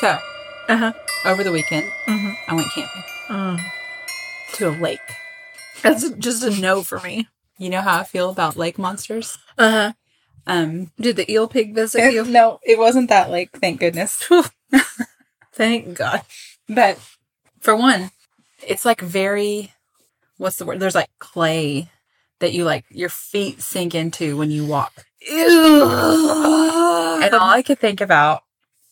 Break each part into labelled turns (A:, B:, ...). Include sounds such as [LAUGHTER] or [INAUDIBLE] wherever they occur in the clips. A: So,
B: Uh-huh.
A: over the weekend,
B: Mhm.
A: I went camping to a lake.
B: That's just a no for me.
A: You know how I feel about lake monsters?
B: Uh huh.
A: Um, eh,
B: Did the eel pig visit you?
A: no, it wasn't that lake, thank goodness. [LAUGHS]
B: Thank God.
A: but for one, it's like very, what's the word? There's like clay that you like, your feet sink into when you walk.
B: Ew.
A: And all I could think about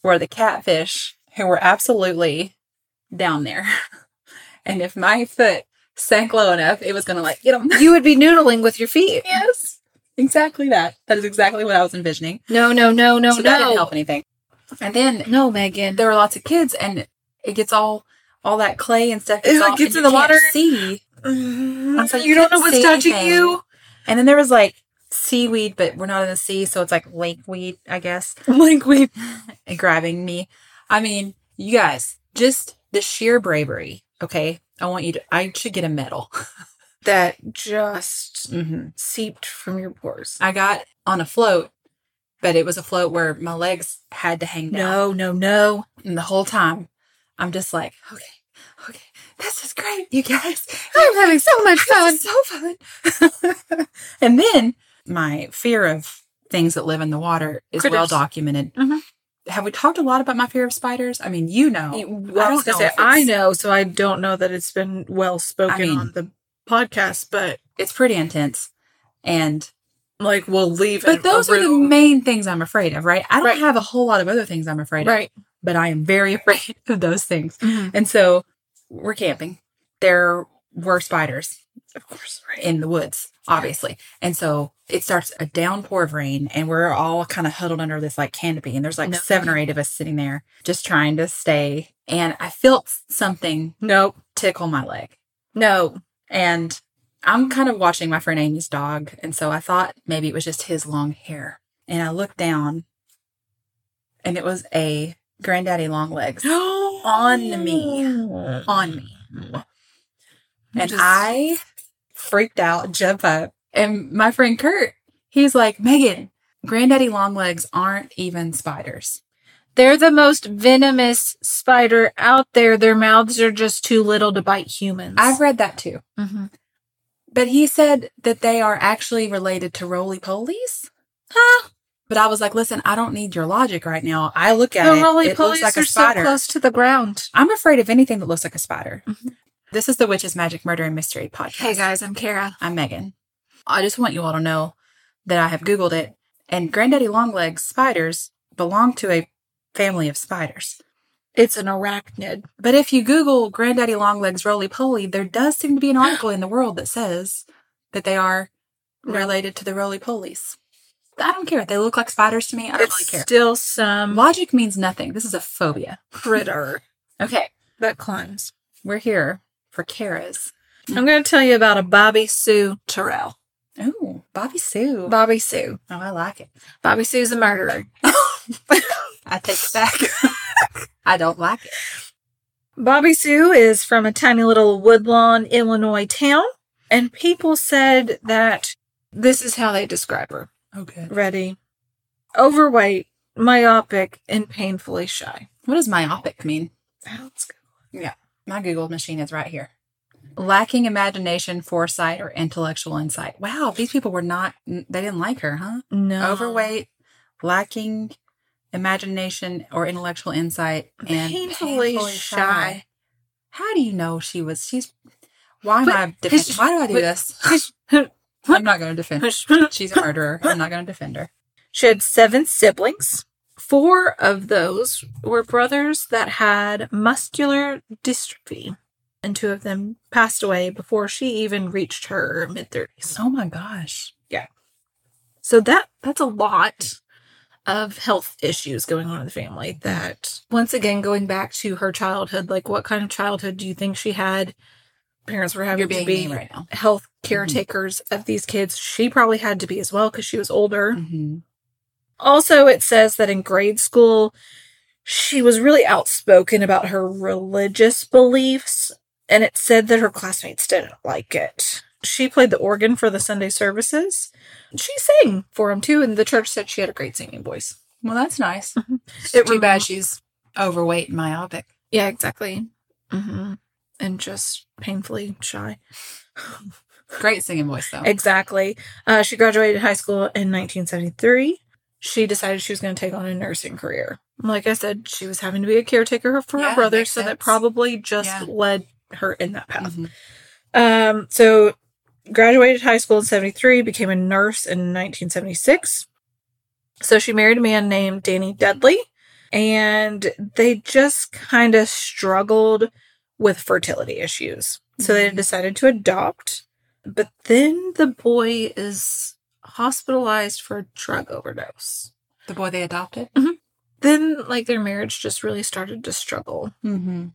A: were the catfish who were absolutely down there. [LAUGHS] and if my foot sank low enough, it was going to like get them.
B: you would be noodling with your feet.
A: Yes, exactly that. That is exactly what I was envisioning.
B: No, no, no, no,
A: so
B: no.
A: that didn't help anything. And then
B: No, Megan.
A: there were lots of kids, and it gets all all that clay and stuff.
B: It
A: all,
B: gets
A: and
B: in the
A: you can't
B: water.
A: See,
B: Mm,
A: so you
B: you don't know
A: couldn't
B: what's
A: see
B: touching
A: anything.
B: you.
A: Mm-hmm. and then there was like seaweed, but we're not in the sea, so it's like lake weed, I
B: [LAUGHS]
A: guess,
B: Like we.
A: and grabbing me. I mean, you guys, just the sheer bravery. Okay, I want you to. I should get a medal.
B: That just
A: Mm-hmm.
B: seeped from your pores.
A: [LAUGHS] I got on a float, but it was a float where my legs had to hang down.
B: No, no, no.
A: And the whole time, I'm just like, okay, okay, this is great, you guys. [LAUGHS] I'm having so much fun. so fun. [LAUGHS] and then my fear of things that live in the water is well
B: Critters.
A: documented.
B: Mhm.
A: Have we talked a lot about my fear of spiders? I mean, you know.
B: I
A: I
B: was
A: don't
B: gonna say
A: if
B: I
A: it's-
B: know, so I don't know that it's been well spoken
A: I mean-
B: on the podcast, but
A: It's pretty intense. And
B: like we'll leave.
A: but
B: it
A: those
B: a
A: are the
B: room.
A: main things I'm afraid of, right? I don't
B: Right.
A: have a whole lot of other things I'm afraid of.
B: right.
A: But I am very [LAUGHS] afraid of those things.
B: Mhm.
A: And so we're camping. There were spiders
B: Of course, right.
A: in the woods, obviously. And so it starts a downpour of rain, and we're all kind of huddled under this like canopy. And there's like
B: No.
A: seven or eight of us sitting there just trying to stay. And I felt something
B: Nope.
A: tickle my leg.
B: No.
A: And I'm kind of watching my friend Amy's dog. And so I thought maybe it was just his long hair. And I looked down, and it was a granddaddy long
B: [GASPS]
A: legs
B: on [GASPS]
A: me. on me. And
B: Just-
A: I freaked out, jump up. And my friend Kurt, he's like, Megan, granddaddy longlegs aren't even spiders.
B: They're the most venomous spider out there. Their mouths are just too little to bite humans.
A: I've read that too.
B: Mhm.
A: But he said that they are actually related to roly polies. Huh? But I was like, listen, I don't need your logic right now. I look at
B: the
A: it.
B: roly
A: it looks
B: polies
A: like
B: are
A: a spider.
B: so close to the ground.
A: I'm afraid of anything that looks like a spider.
B: Mhm.
A: This is the Witch's Magic Murder and Mystery podcast.
B: Hey guys, I'm Kara.
A: I'm Megan. I just want you all to know that I have Googled it, and Granddaddy Longlegs spiders belong to a family of spiders.
B: It's an arachnid.
A: But if you Google Granddaddy Longlegs roly poly, there does seem to be an article in the world that says that they are related to the roly polies. I don't care. They look like spiders to me. I don't
B: It's um,
A: really care.
B: still some
A: Logic means nothing. This is a phobia.
B: critter
A: Okay,
B: that climbs.
A: we're here for Kara's.
B: [LAUGHS] I'm going to tell you about a Bobby Sue Terrell.
A: Oh, Bobby Sue.
B: Bobby Sue.
A: oh, I like it.
B: Bobby Sue's a murderer.
A: [LAUGHS] I take it back. [LAUGHS] I don't like it.
B: Bobby Sue is from a tiny little Woodlawn, Illinois town, and people said that this is how they describe her.
A: Okay.
B: Ready? Overweight, myopic, and painfully shy.
A: What does myopic mean?
B: That's good.
A: My Google machine is right here. Lacking imagination, foresight, or intellectual insight. Wow, these people were not, they didn't like her, huh?
B: No.
A: Overweight, lacking imagination or intellectual insight, and
B: Painfully shy.
A: How do you know she was? She's, why
B: But-
A: am I defending? Why do I do
B: but-
A: this?
B: [LAUGHS] [LAUGHS]
A: I'm not going to defend. She's a murderer. I'm not going to defend her.
B: She had seven siblings, Four of those were brothers that had muscular dystrophy, and two of them passed away before she even reached her mid 30s.
A: Oh my gosh.
B: So that that's a lot of health issues going on in the family that once again going back to her childhood like what kind of childhood do you think she had parents were having
A: You're
B: to
A: being
B: be
A: mean right now. Mm-hmm.
B: health caretakers of these kids she probably had to be as well cuz she was older
A: Mm-hmm.
B: also, it says that in grade school, she was really outspoken about her religious beliefs, and it said that her classmates didn't like it. She played the organ for the Sunday services. She sang for them too, and the church said she had a great singing voice.
A: Well, that's nice.
B: Mhm.
A: It's
B: It
A: too
B: rem-
A: bad she's overweight and myopic.
B: Yeah, exactly. hmm And just painfully shy.
A: Great singing voice though.
B: Exactly. Uh, she graduated high school in 1973. She decided she was going to take on a nursing career. Like I said, she was having to be a caretaker for
A: Yeah,
B: her brother,
A: makes
B: so that
A: sense.
B: probably just
A: Yeah.
B: led her in that path.
A: Mhm.
B: Um, so graduated high school in 73, became a nurse in 1976. So she married a man named Danny Dudley, and they just kind of struggled with fertility issues. So they
A: Mhm.
B: decided to adopt, but then the boy is hospitalized for a drug overdose.
A: The boy they adopted.
B: Then, like, their marriage just really started to struggle.
A: Mm-hmm.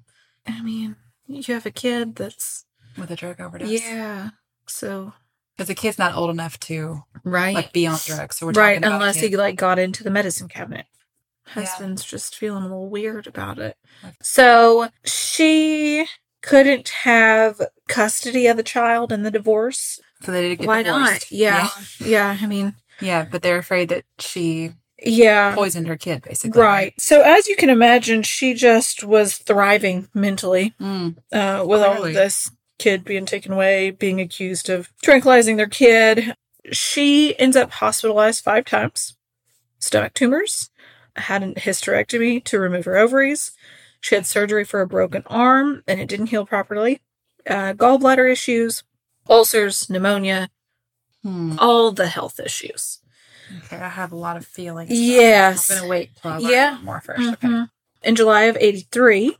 B: I mean, you have a kid that's,
A: With a drug overdose.
B: yeah. So,
A: Because the kid's not old enough to
B: right.
A: like be on drugs. So we're
B: right,
A: talking about
B: unless
A: kid-
B: he like got into the medicine cabinet.
A: Yeah.
B: Husband's just feeling a little weird about it.
A: Okay.
B: So she couldn't have custody of the child in the divorce.
A: so they did get
B: Why
A: divorced.
B: not? Yeah. Yeah, I mean,
A: yeah. Yeah, but they're afraid that she
B: yeah.
A: poisoned her kid basically.
B: Um, Right. So as you can imagine, she just was thriving mentally
A: Mm.
B: uh, with all
A: Clearly.
B: of this kid being taken away, being accused of tranquilizing their kid. She ends up hospitalized five times, stomach tumors, had a hysterectomy to remove her ovaries. She had surgery for a broken arm and it didn't heal properly, uh, gallbladder issues, ulcers, pneumonia,
A: Hmm.
B: all the health issues.
A: Okay, I have a lot of feelings.
B: Yes.
A: I'm gonna wait till I learn
B: Yeah.
A: more 1st Okay.
B: Mhm. In July of 83,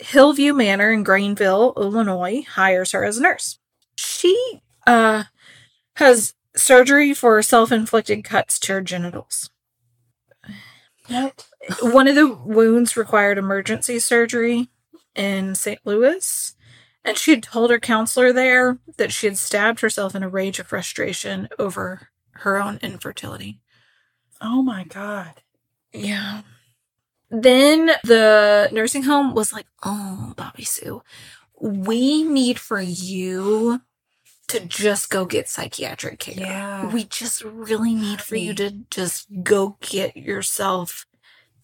B: Hillview Manor in Greenville, Illinois, hires her as a nurse. She uh, has surgery for self inflicted cuts to her genitals.
A: Nope.
B: One of the wounds required emergency surgery in St. Louis. And she had told her counselor there that she had stabbed herself in a rage of frustration over her own infertility.
A: Oh my god.
B: Yeah. Then the nursing home was like, oh, Bobby Sue, we need for you to just go get psychiatric care.
A: Yeah.
B: We just really need for you to just go get yourself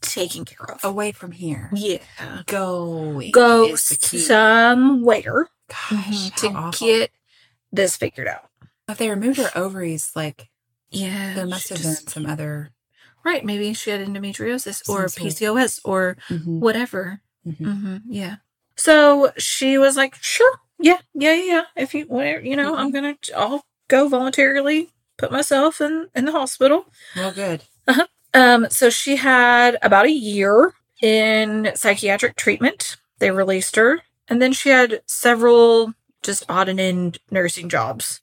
B: taken care of.
A: Away from here.
B: Oh, yeah.
A: Go.
B: Go
A: is the key.
B: somewhere
A: Gosh,
B: to
A: how awful.
B: get this figured out.
A: If they removed her ovaries, like
B: Yeah.
A: there
B: she
A: must have
B: just-
A: been some other.
B: Right. Maybe she had endometriosis
A: Some
B: or
A: sort of-
B: PCOS or
A: Mhm.
B: whatever.
A: Mhm.
B: hmm yeah. So she was like, "Sure, yeah, yeah, yeah. yeah. If you, whatever, you know, I'm gonna, I'll go voluntarily put myself in in the hospital."
A: Well, good.
B: Um, so she had about a year in psychiatric treatment. They released her, and then she had several just odd and end nursing jobs.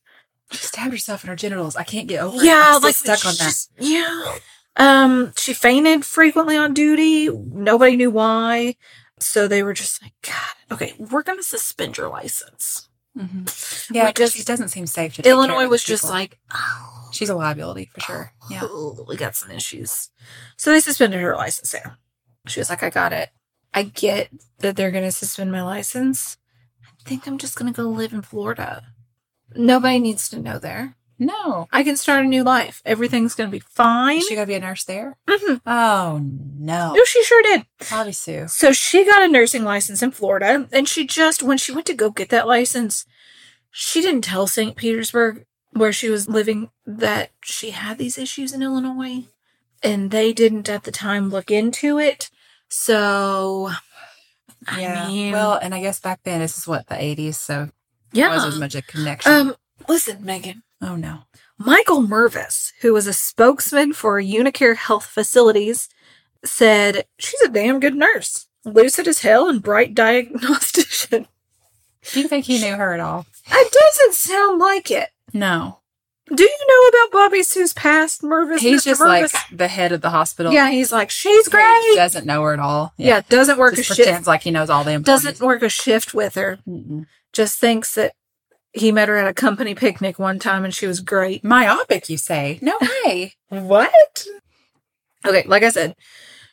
A: She stabbed herself in her genitals. I can't get over. it.
B: Yeah,
A: I'm
B: like
A: still stuck on
B: she's
A: that.
B: just- yeah. Um, she fainted frequently on duty. Nobody knew why. So they were just like, God, okay, we're gonna suspend your license.
A: Mhm. Yeah,
B: We're
A: because
B: just-
A: she doesn't seem safe to. take care
B: Illinois
A: of
B: was
A: these
B: just
A: people.
B: like, oh,
A: she's a liability for sure.
B: [GASPS]
A: Yeah.
B: ooh, we got some issues. So they suspended her license there. She was like, I got it. I get that they're gonna suspend my license. I think I'm just gonna go live in Florida. Nobody needs to know there.
A: No.
B: I can start a new life. Everything's gonna be fine.
A: Is she gonna be a nurse there?
B: Mhm.
A: Oh no.
B: No, she sure did.
A: Probably Sue.
B: So she got a nursing license in Florida, and she just, when she went to go get that license, she didn't tell St. Petersburg, where she was living, that she had these issues in Illinois. And they didn't at the time look into it. So, I mean,
A: well, and I guess back then this is what the '80s, so there
B: yeah.
A: was as much a connection.
B: Um, listen, Megan,
A: oh no.
B: Michael Mervis, who was a spokesman for Unicare Health Facilities,
C: said,
B: She's a damn good nurse, lucid as hell, and bright [LAUGHS] diagnostician.
C: Do you think he knew her at all?
B: It doesn't sound like it.
C: No.
B: Do you know about Bobby Sue's past, Mervis?
C: He's
B: Mr.
C: just like
B: Mervis?
C: the head of the hospital.
B: yeah. He's like, she's
C: He
B: great. Yeah,
C: Doesn't know her at all.
B: doesn't work
C: Just
B: a shift.
C: pretends like he knows all the employees.
B: Doesn't work a shift with her.
C: Mm-mm.
B: Just thinks that he met her at a company picnic one time and she was great.
C: Myopic, you say?
B: [LAUGHS]
C: No way.
B: What? Okay, like I said,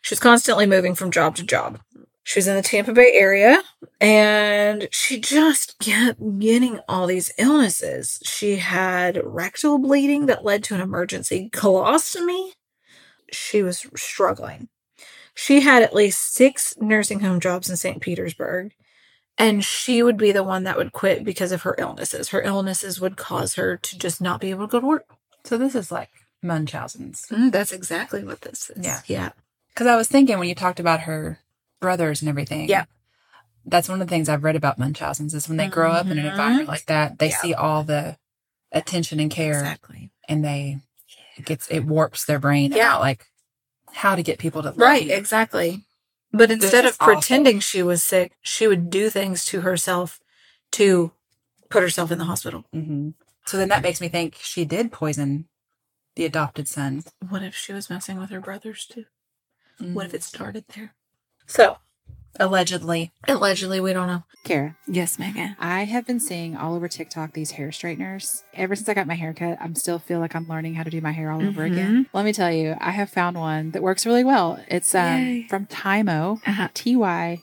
B: she's constantly moving from job to job. She was in the Tampa Bay area and she just kept getting all these illnesses. She had rectal bleeding that led to an emergency colostomy. She was struggling. She had at least six nursing home jobs in St. Petersburg, and she would be the one that would quit because of her illnesses. Her illnesses would cause her to just not be able to go to work.
C: so this is like Munchausen's.
B: Mm, that's exactly what this is.
C: Yeah.
B: Yeah.
C: Because I was thinking when you talked about her brothers and everything.
B: Yeah.
C: That's one of the things I've read about Munchausen's is when they grow up in an
B: Mhm.
C: environment like that, they
B: Yeah.
C: see all the attention and care
B: Exactly.
C: and they it gets it warps their brain
B: Yeah.
C: about like how to get people to love
B: Right.
C: you.
B: Exactly. But instead
C: is
B: of pretending she was sick, she would do things to herself to put herself in the hospital.
C: Mhm. So then that makes me think she did poison the adopted son.
B: What if she was messing with her brothers too? What if it started there?
C: Mm. so? Allegedly.
B: Allegedly, we don't know.
C: Mm-hmm.
A: Kara,
B: Yes, Megan.
A: I have been seeing all over TikTok these hair straighteners. Ever since I got my haircut, I'm still feel like I'm learning how to do my hair all over again. Let me tell you, I have found one that works really well. It's um,
D: Yay.
A: from Tymo,
D: Uh-huh.
A: T Y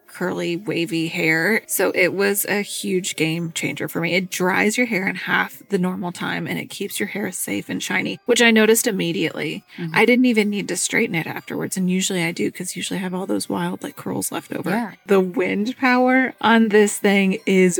D: curly, wavy hair. So it was a huge game changer for me. It dries your hair in half the normal time and it keeps your hair safe and shiny, which I noticed immediately.
A: Mhm.
D: I didn't even need to straighten it afterwards. And usually I do because usually I have all those wild like curls left over.
A: Yeah.
D: The wind power on this thing is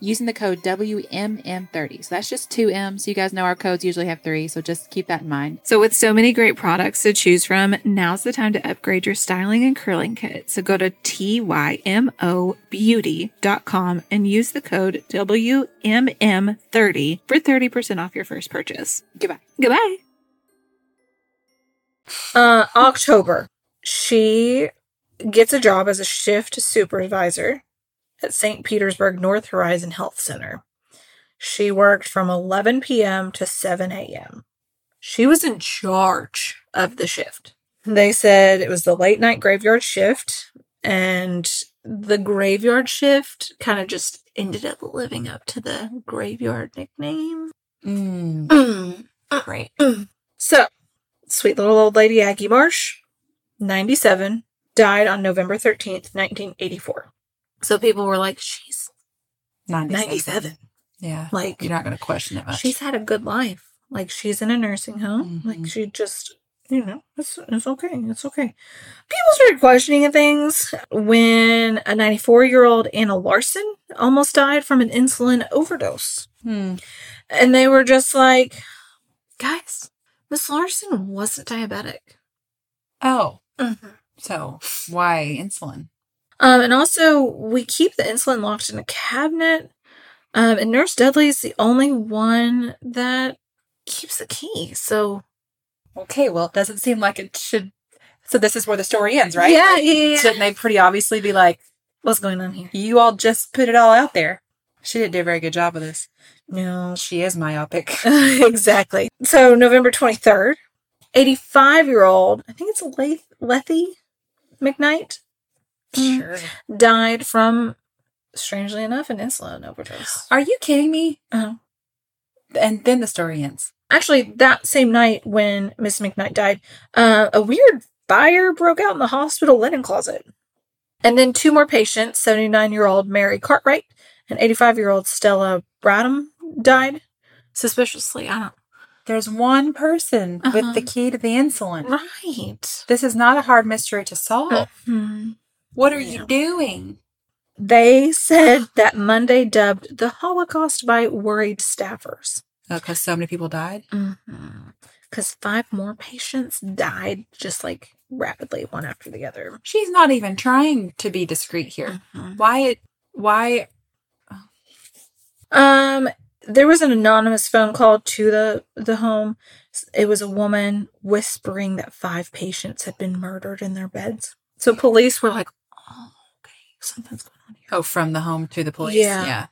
A: using the code WMM30. So that's just two M's. You guys know our codes usually have three, so just keep that in mind.
D: So, with so many great products to choose from, now's the time to upgrade your styling and curling kit. So, go to TYMOBeauty.com and use the code WMM30 for 30% off your first purchase.
A: Goodbye.
D: Goodbye.
B: Uh, October, she gets a job as a shift supervisor at St. Petersburg North Horizon Health Center. She worked from 11 p.m. to 7 a.m. She was in charge of the shift. They said it was the late night graveyard shift, and the graveyard shift kind of just ended up living up to the graveyard nickname.
C: Mm, great.
B: uh, mm. So, sweet little old lady Aggie Marsh, 97, died on November 13th, 1984. So people were like, she's
C: 97.
B: 97.
C: Yeah.
B: Like,
C: You're not going to question it much.
B: she's had a good life. Like, she's in a nursing home.
C: Mhm.
B: Like, she just, you know, it's, it's okay. It's okay. People started questioning things when a 94 year old Anna Larson almost died from an insulin overdose.
C: Hmm.
B: And they were just like, guys, Miss Larson wasn't diabetic.
C: Oh, so why insulin?
B: Um, and also, we keep the insulin locked in a cabinet. Um, and Nurse Dudley's the only one that keeps the key. So,
A: Okay, well, it doesn't seem like it should. So this is where the story ends, right?
B: Yeah, yeah, yeah.
A: Shouldn't they pretty obviously be like,
B: what's going on here?
A: you all just put it all out there? She didn't do a very good job of this.
B: No.
A: She is myopic.
B: [LAUGHS] exactly. So, November 23rd, 85 year old, I think it's Lath- Lethy McKnight,
C: Mm-hmm.
A: sure.
B: died from, strangely enough, an insulin overdose.
A: Are you kidding me?
B: Oh.
A: And then the story ends.
B: actually that same night when miss mcknight died uh, a weird fire broke out in the hospital linen closet and then two more patients 79 year old mary cartwright and 85 year old stella bradham died suspiciously i
A: There's one person with
B: Uh-huh.
A: the key to the
B: don't
A: insulin.
B: right
A: This is not a hard mystery to solve.
B: Hmm.
A: What are you doing?
B: they said that monday dubbed the holocaust by worried staffers
A: Because Oh, so many people died.
B: because five more patients died just like rapidly one after the other
A: She's not even trying to be discreet
B: Uh-huh.
A: here. Why? It, why?
B: Um, there was an anonymous phone call to the the home. It was a woman whispering that five patients had been murdered in their beds. So police were like, "Oh, okay, something's going on
A: Oh, from the home to the police.
B: Yeah. here."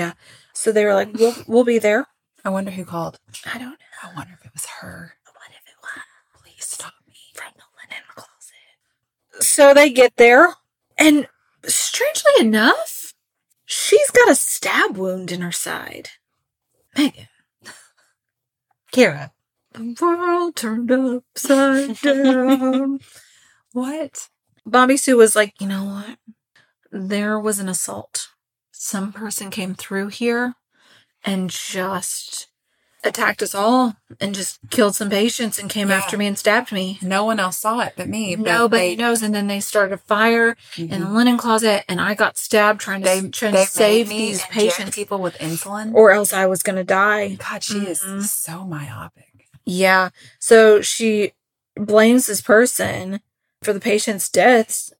B: Yeah. So they were like, "We'll we'll be there."
A: Mm. I wonder who called.
B: I don't know
A: I wonder if it was her.
B: what if it was
A: Please stop me.
B: from the linen closet. So they get there, and strangely enough, she's got a stab wound in her side. Megan.
A: Kira.
B: The world turned upside
A: [LAUGHS]
B: down.
A: What?
B: Bobby Sue was like, you know what? There was an assault. Some person came through here and just attacked us all and just killed some patients and came
A: Yeah.
B: after me and stabbed me.
A: No one else saw it but me.
B: Nobody
A: they-
B: knows. And then they started a fire in the
A: Mhm.
B: linen closet, and I got stabbed trying to,
A: they,
B: trying
A: they
B: to save
A: made me
B: these
A: inject
B: patients,
A: people with insulin.
B: or else I was going to die.
A: God, she
B: Mhm.
A: is so myopic.
B: Yeah. So she blames this person for the patient's deaths.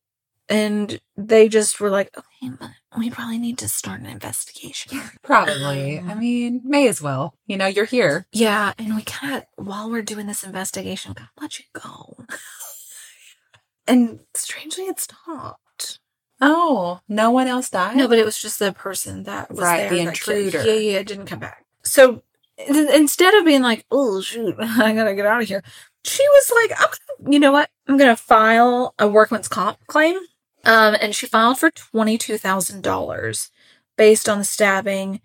B: And they just were like, okay, but we probably need to start an investigation.
A: Probably.
B: Mm-hmm.
A: I mean, may as well. You know, you're here.
B: yeah. And we kind of, while we're doing this investigation, gotta let you go. [LAUGHS] and strangely, it stopped.
A: Oh, no one else died.
B: No, but it was just the person that was
A: Right,
B: there.
A: the
B: that killed-
A: intruder.
B: Yeah, yeah, it didn't come back. So in- instead of being like, oh shoot, [LAUGHS] I gotta get out of here, she was like, I'm gonna, you know what? I'm gonna file a workman's comp claim. Um, and she filed for twenty two thousand dollars based on the stabbing.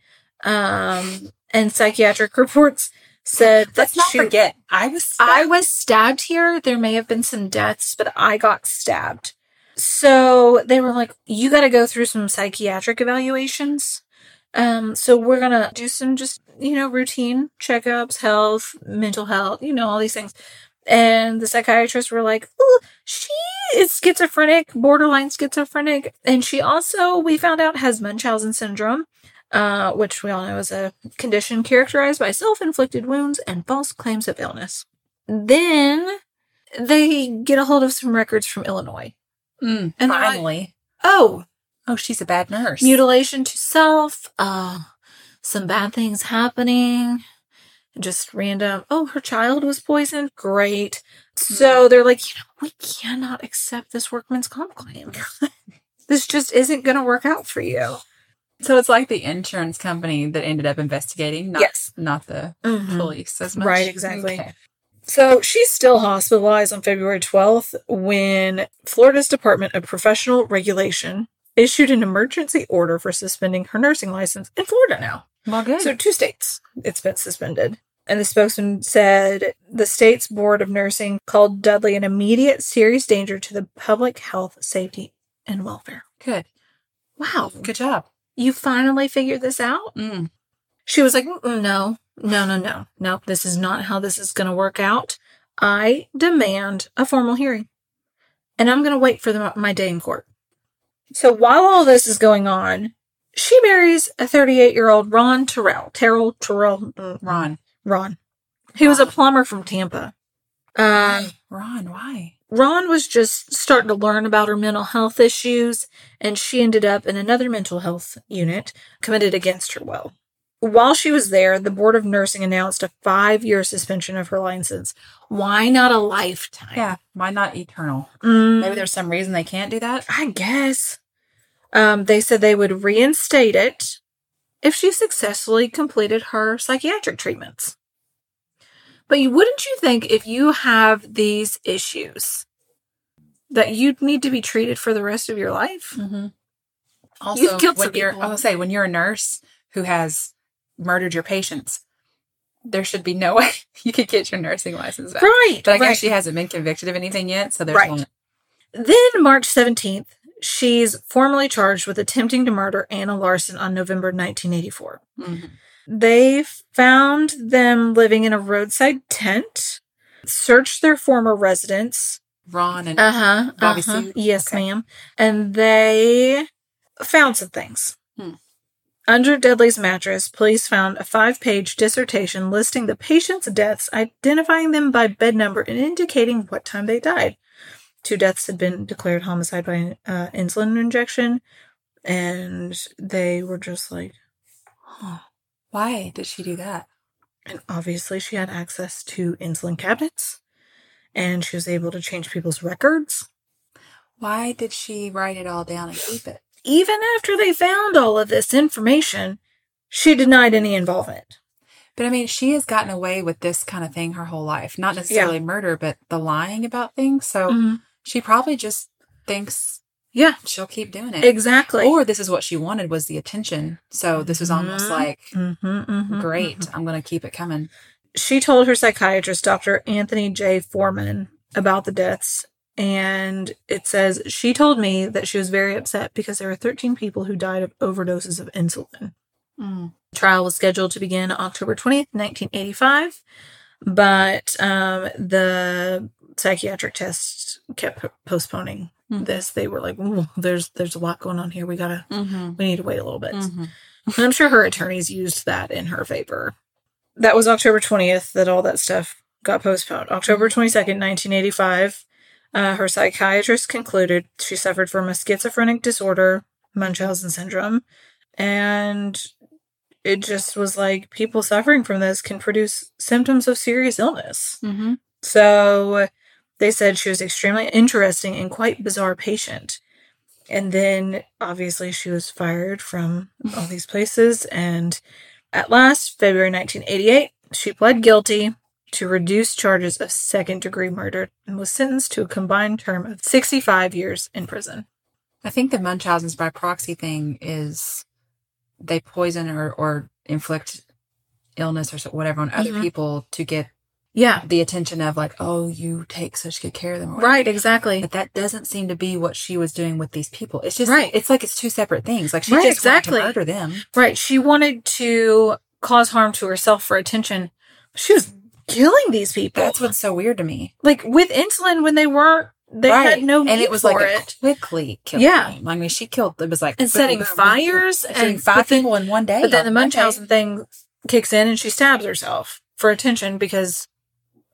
B: Um, and psychiatric [LAUGHS] reports said that
A: let's not
B: she-
A: forget. I was.
B: I was stabbed here. There may have been some deaths, but I got stabbed. So they were like, you got to go through some psychiatric evaluations. Um, so we're going to do some just, you know, routine checkups, health, mental health, you know, all these things. And the psychiatrists were like, "Ooh, she is schizophrenic, borderline schizophrenic. And she also, we found out, has Munchausen syndrome, uh, which we all know is a condition characterized by self inflicted wounds and false claims of illness. Then they get a hold of some records from Illinois.
A: Mm,
B: And I-
A: finally.
B: Oh,
A: oh, she's a bad nurse.
B: mutilation to self, uh, some bad things happening, just random. Oh, her child was poisoned. Great. So they're like, you know, we cannot accept this workman's comp claim. [LAUGHS] this just isn't going to work out for you.
A: So it's like the insurance company that ended up investigating, not,
B: Yes.
A: not the police as much.
B: Right, exactly.
A: Okay.
B: So she's still hospitalized on February 12th when Florida's Department of Professional Regulation issued an emergency order for suspending her nursing license in Florida now.
A: Well, good.
B: So, two states it's been suspended. And the spokesman said the state's board of nursing called Dudley an immediate serious danger to the public health, safety, and welfare.
A: good.
B: Wow.
A: Good job.
B: You finally figured this out?
A: Mm.
B: She was like, "Mm, no, no, no, no, no, this is not how this is going to work out. I demand a formal hearing and I'm going to wait for the, my day in court. So while all this is going on, she marries a 38 year old Ron Terrell. Terrell, Terrell, mm,
A: Ron.
B: Ron. He was a plumber from Tampa. Um,
A: Ron, why?
B: Ron was just starting to learn about her mental health issues, and she ended up in another mental health unit committed against her will. While she was there, the Board of Nursing announced a five year suspension of her license. Why not a lifetime?
A: Yeah. Why not eternal?
B: Mm.
A: Maybe there's some reason they can't do that.
B: I guess. Um, they said they would reinstate it if she successfully completed her psychiatric treatments. But you, wouldn't you think if you have these issues that you'd need to be treated for the rest of your life?
A: Mm-hmm. Also,
B: You've killed
A: when
B: some
A: you're,
B: people.
A: I was say when you're a nurse who has murdered your patients, there should be no [LAUGHS] way you could get your nursing license back.
B: Right.
A: But I guess
B: right.
A: she hasn't been convicted of anything yet, so there's
B: Right.
A: one.
B: Then, March 17th, she's formally charged with attempting to murder Anna Larson on November 1984. They found them living in a roadside tent, searched their former residence.
A: Ron and
B: Uh-huh.
A: Bobby
B: uh-huh.
A: Sue?
B: Yes,
A: Okay.
B: ma'am. And they found some things.
A: Hmm.
B: Under Dudley's mattress, police found a five page dissertation listing the patient's deaths, identifying them by bed number, and indicating what time they died. Two deaths had been declared homicide by uh, insulin injection, and they were just like,
A: why did she do that?
B: And obviously, she had access to insulin cabinets and she was able to change people's records.
A: Why did she write it all down and keep it?
B: Even after they found all of this information, she denied any involvement.
A: But I mean, she has gotten away with this kind of thing her whole life. Not necessarily murder, but the lying about things. So
B: Mm-hmm.
A: she probably just thinks
B: Yeah,
A: she'll keep doing it.
B: exactly.
A: Or this is what she wanted was the attention. So this was almost
B: Mhm.
A: like,
B: Mhm, mhm,
A: great,
B: mhm.
A: I'm going to keep it coming.
B: mm-hmm. She told her psychiatrist, Dr. Anthony J. Foreman, about the deaths. And it says, she told me that she was very upset because there were 13 people who died of overdoses of insulin. trial was scheduled to begin October 20th, 1985, but um, the psychiatric test kept p- postponing
A: Mhm.
B: this. They were like, "Ooh, there's there's a lot going on here. We gotta
A: Mm-hmm.
B: we need to wait a little bit. And I'm sure her attorneys used that in her favor. That was October 20th that all that stuff got postponed. October 22nd, 1985, uh, her psychiatrist concluded she suffered from a schizophrenic disorder, Munchausen syndrome, and it just was like people suffering from this can produce symptoms of serious illness.
A: Mm-hmm.
B: So they said she was extremely interesting and quite bizarre patient. And then obviously she was fired from all these places. And at last, February 1988, she pled guilty to reduced charges of second degree murder and was sentenced to a combined term of 65 years in prison.
A: I think the Munchausen's by proxy thing is they poison or, or inflict illness or so- whatever on other
B: Mhm.
A: people to get
B: Yeah.
A: the attention of like, oh, you take such good care of them. or whatever.
B: Right, exactly.
A: But that doesn't seem to be what she was doing with these people. It's just
B: Right.
A: It's like it's two separate things. Like she
B: Right,
A: just exactly.
B: exactly.
A: wanted to murder them.
B: Right. She wanted to cause harm to herself for attention. She was killing these people.
A: That's what's so weird to me.
B: like with insulin when they weren't they had no need
A: and it was like
B: for
A: a
B: it
A: quickly killing.
B: Yeah.
A: them. I mean, she killed. It was like
B: and setting
A: boom, boom, boom,
B: fires
A: boom,
B: and
A: boom, setting five
B: but then-
A: people in one day.
B: but then the
A: Okay.
B: munchausen thing kicks in and she stabs herself for attention because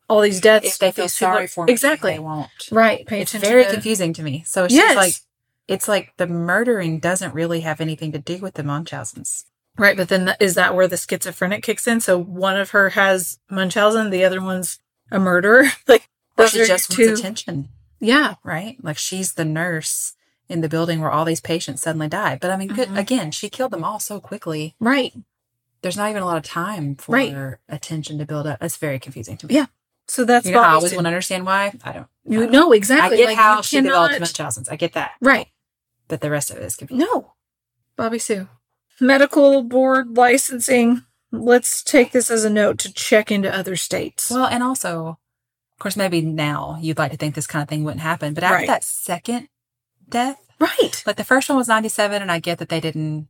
B: all these deaths
A: If they feel
B: these people-
A: sorry for me,
B: exactly
A: they won't.
B: right pay
A: It's
B: attention
A: very
B: to-
A: confusing to me. So she's
B: Yes.
A: like, it's like the murdering doesn't really have anything to do with the Munchausens.
B: right but then th- is that where the schizophrenic kicks in so one of her has munchausen the other one's a murderer [LAUGHS] like
A: Or
B: those
A: she
B: are
A: just
B: two
A: wants attention.
B: yeah
A: right? Like she's the nurse in the building where all these patients suddenly died. But I mean, good,
B: Mhm.
A: again, she killed them all so quickly.
B: right
A: There's not even a lot of time for
B: Right.
A: attention to build up. That's very confusing to me.
B: Yeah, so that's
A: you know, I
B: Bobby's
A: always
B: too.
A: want to understand why. I don't. I
B: you
A: don't.
B: know exactly
A: I get
B: like, you
A: how she developed
B: cannot-
A: Munchausen's. I get that,
B: right
A: but the rest of it is confusing.
B: No. Bobby Sue. Medical board licensing. Let's take this as a note to check into other states.
A: Well, and also, of course, maybe now you'd like to think this kind of thing wouldn't happen, but after
B: Right.
A: that second death,
B: right.
A: like the first one was 97 and i get that they didn't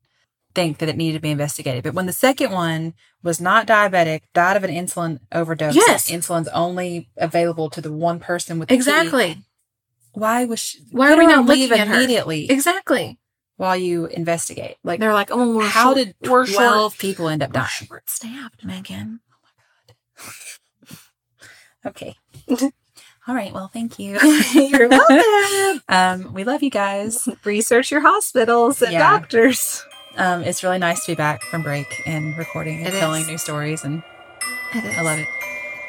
A: think that it needed to be investigated but when the second one was not diabetic died of an insulin overdose
B: Yes.
A: and insulin's only available to the one person with the
B: Exactly.
A: key, why was she,
B: Why are we
A: couldn't
B: not
A: leave
B: looking at her?
A: immediately
B: Exactly.
A: while you investigate like
B: They're like, oh, we're
A: how
E: [LAUGHS]
B: short-
A: did
B: we're
A: 12
B: short,
A: people end up
B: we're
A: dying Oh
B: short staffed, Megan?
A: [LAUGHS]
E: [LAUGHS]
A: okay All right. Well, thank you. You're welcome. [LAUGHS] um, we love you guys.
E: Research your hospitals and
A: Yeah.
E: doctors.
A: Um, it's really nice to be back from break and recording and
E: It
A: telling
E: is.
A: new stories, and
E: That is
A: I love it.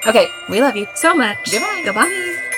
A: Okay, we love you.
E: so much.
A: Goodbye.
E: Goodbye.